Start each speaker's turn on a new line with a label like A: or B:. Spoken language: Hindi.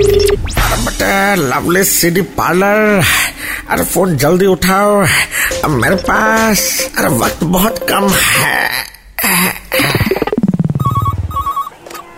A: बट लवली सिटी पार्लर अरे फोन जल्दी उठाओ अब मेरे पास अरे वक्त बहुत कम है